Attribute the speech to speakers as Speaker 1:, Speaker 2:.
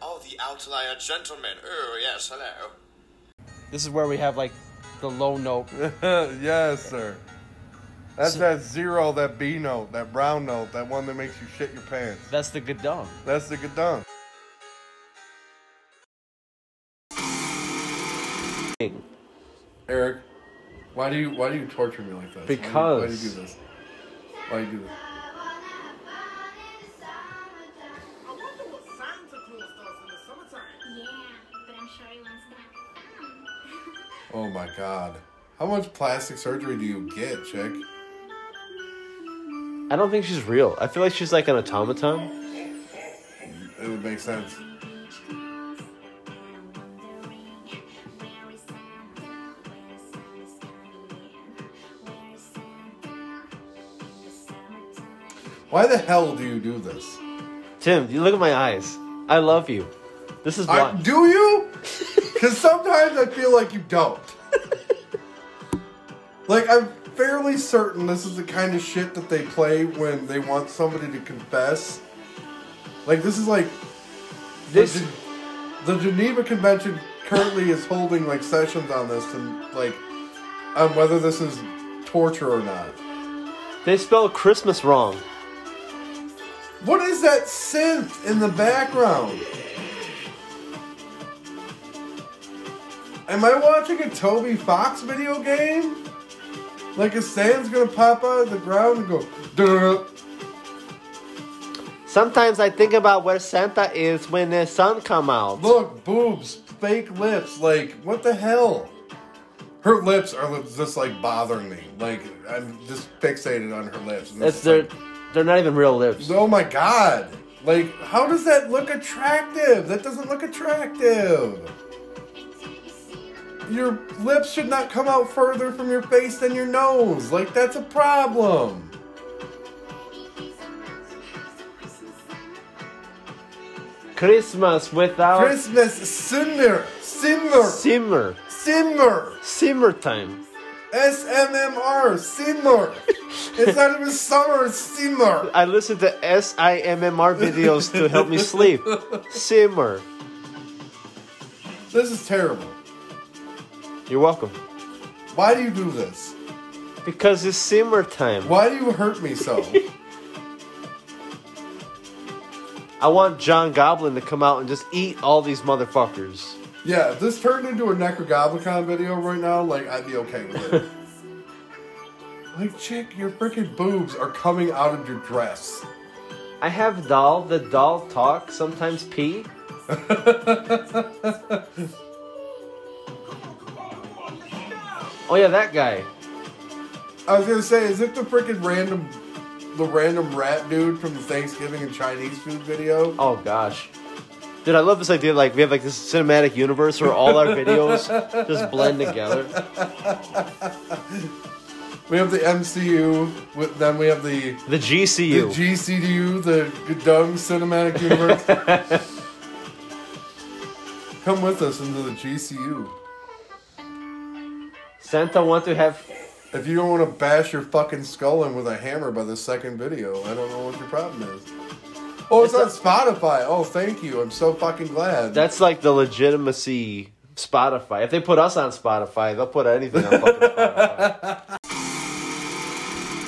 Speaker 1: Oh, the outlier gentleman. Oh, yes, hello.
Speaker 2: This is where we have like the low note.
Speaker 3: yes, sir. That's
Speaker 2: So-
Speaker 3: that zero, that B note, that brown note, that one that makes you shit your pants.
Speaker 2: That's the good dumb.
Speaker 3: That's the gadon. Eric, why do you why do you torture me like this? why do you, why do, you
Speaker 2: Because-
Speaker 3: do this? Why do you do this?
Speaker 4: I wonder what Santa Claus does in the summertime.
Speaker 5: Yeah, but I'm sure he wants that.
Speaker 3: Oh my god. How much plastic surgery do you get, chick?
Speaker 6: I don't think she's real. I feel like she's like an automaton.
Speaker 3: It would make sense. Why the hell do you do this?
Speaker 6: Tim, you look at my eyes. I love you. This is why.
Speaker 3: I, do you? Because sometimes I feel like you don't. like, I'm fairly certain this is the kind of shit that they play when they want somebody to confess. Like, this is like.
Speaker 6: This-
Speaker 3: The, Gen- the Geneva Convention currently is holding, like, sessions on this and, like, on whether this is torture or not.
Speaker 6: They spell Christmas wrong.
Speaker 3: What is that synth in the background? Am I watching a Toby Fox video game? Like a sand's gonna pop out of the ground and go. "Duh."
Speaker 6: Sometimes I think about where Santa is when the sun come out.
Speaker 3: Look, boobs, fake lips. Like what the hell? Her lips are li- just like bothering me. Like I'm just fixated on her lips. and
Speaker 6: It's
Speaker 3: it's
Speaker 6: they're they're not even real lips.
Speaker 3: like, oh my god! Like how does that look attractive? That doesn't look attractive. your lips should not come out further from your face than your nose. Like that's a problem.
Speaker 6: Christmas without
Speaker 3: Christmas simmer, simmer,
Speaker 6: simmer.
Speaker 3: simmer,
Speaker 6: Simmer time.
Speaker 3: S M M R, simmer. It's not even summer, it's simmer.
Speaker 6: I listen to S I M M R videos to help me sleep. Simmer.
Speaker 3: This is terrible.
Speaker 6: You're welcome.
Speaker 3: Why do you do this?
Speaker 6: Because it's simmer time.
Speaker 3: Why do you hurt me so?
Speaker 6: I want John Goblin to come out and just eat all these motherfuckers.
Speaker 3: yeah, if this turned into a Necrogoblicon video right now, like I'd be okay with it. like, chick, your freaking boobs are coming out of your dress.
Speaker 6: I have doll. The doll talk sometimes pee. oh yeah, that guy.
Speaker 3: I was gonna say, is it the freaking random, the random rat dude from the Thanksgiving and Chinese food video?
Speaker 6: Oh gosh, dude, I love this idea. Like we have like this cinematic universe where all our videos just blend together.
Speaker 3: We have the MCU, with, then we have the,
Speaker 6: The
Speaker 3: the
Speaker 6: GCU.
Speaker 3: GCDU, the Dung Cinematic Universe. Come with us into the GCU.
Speaker 6: Santa want to have.
Speaker 3: If you don't want to bash your fucking skull in with a hammer by the second video, I don't know what your problem is. Oh, it's,
Speaker 6: It's
Speaker 3: on Spotify. Oh, thank you. I'm so fucking glad.
Speaker 6: That's like the legitimacy Spotify. If they put us on Spotify, they'll put anything on fucking Spotify.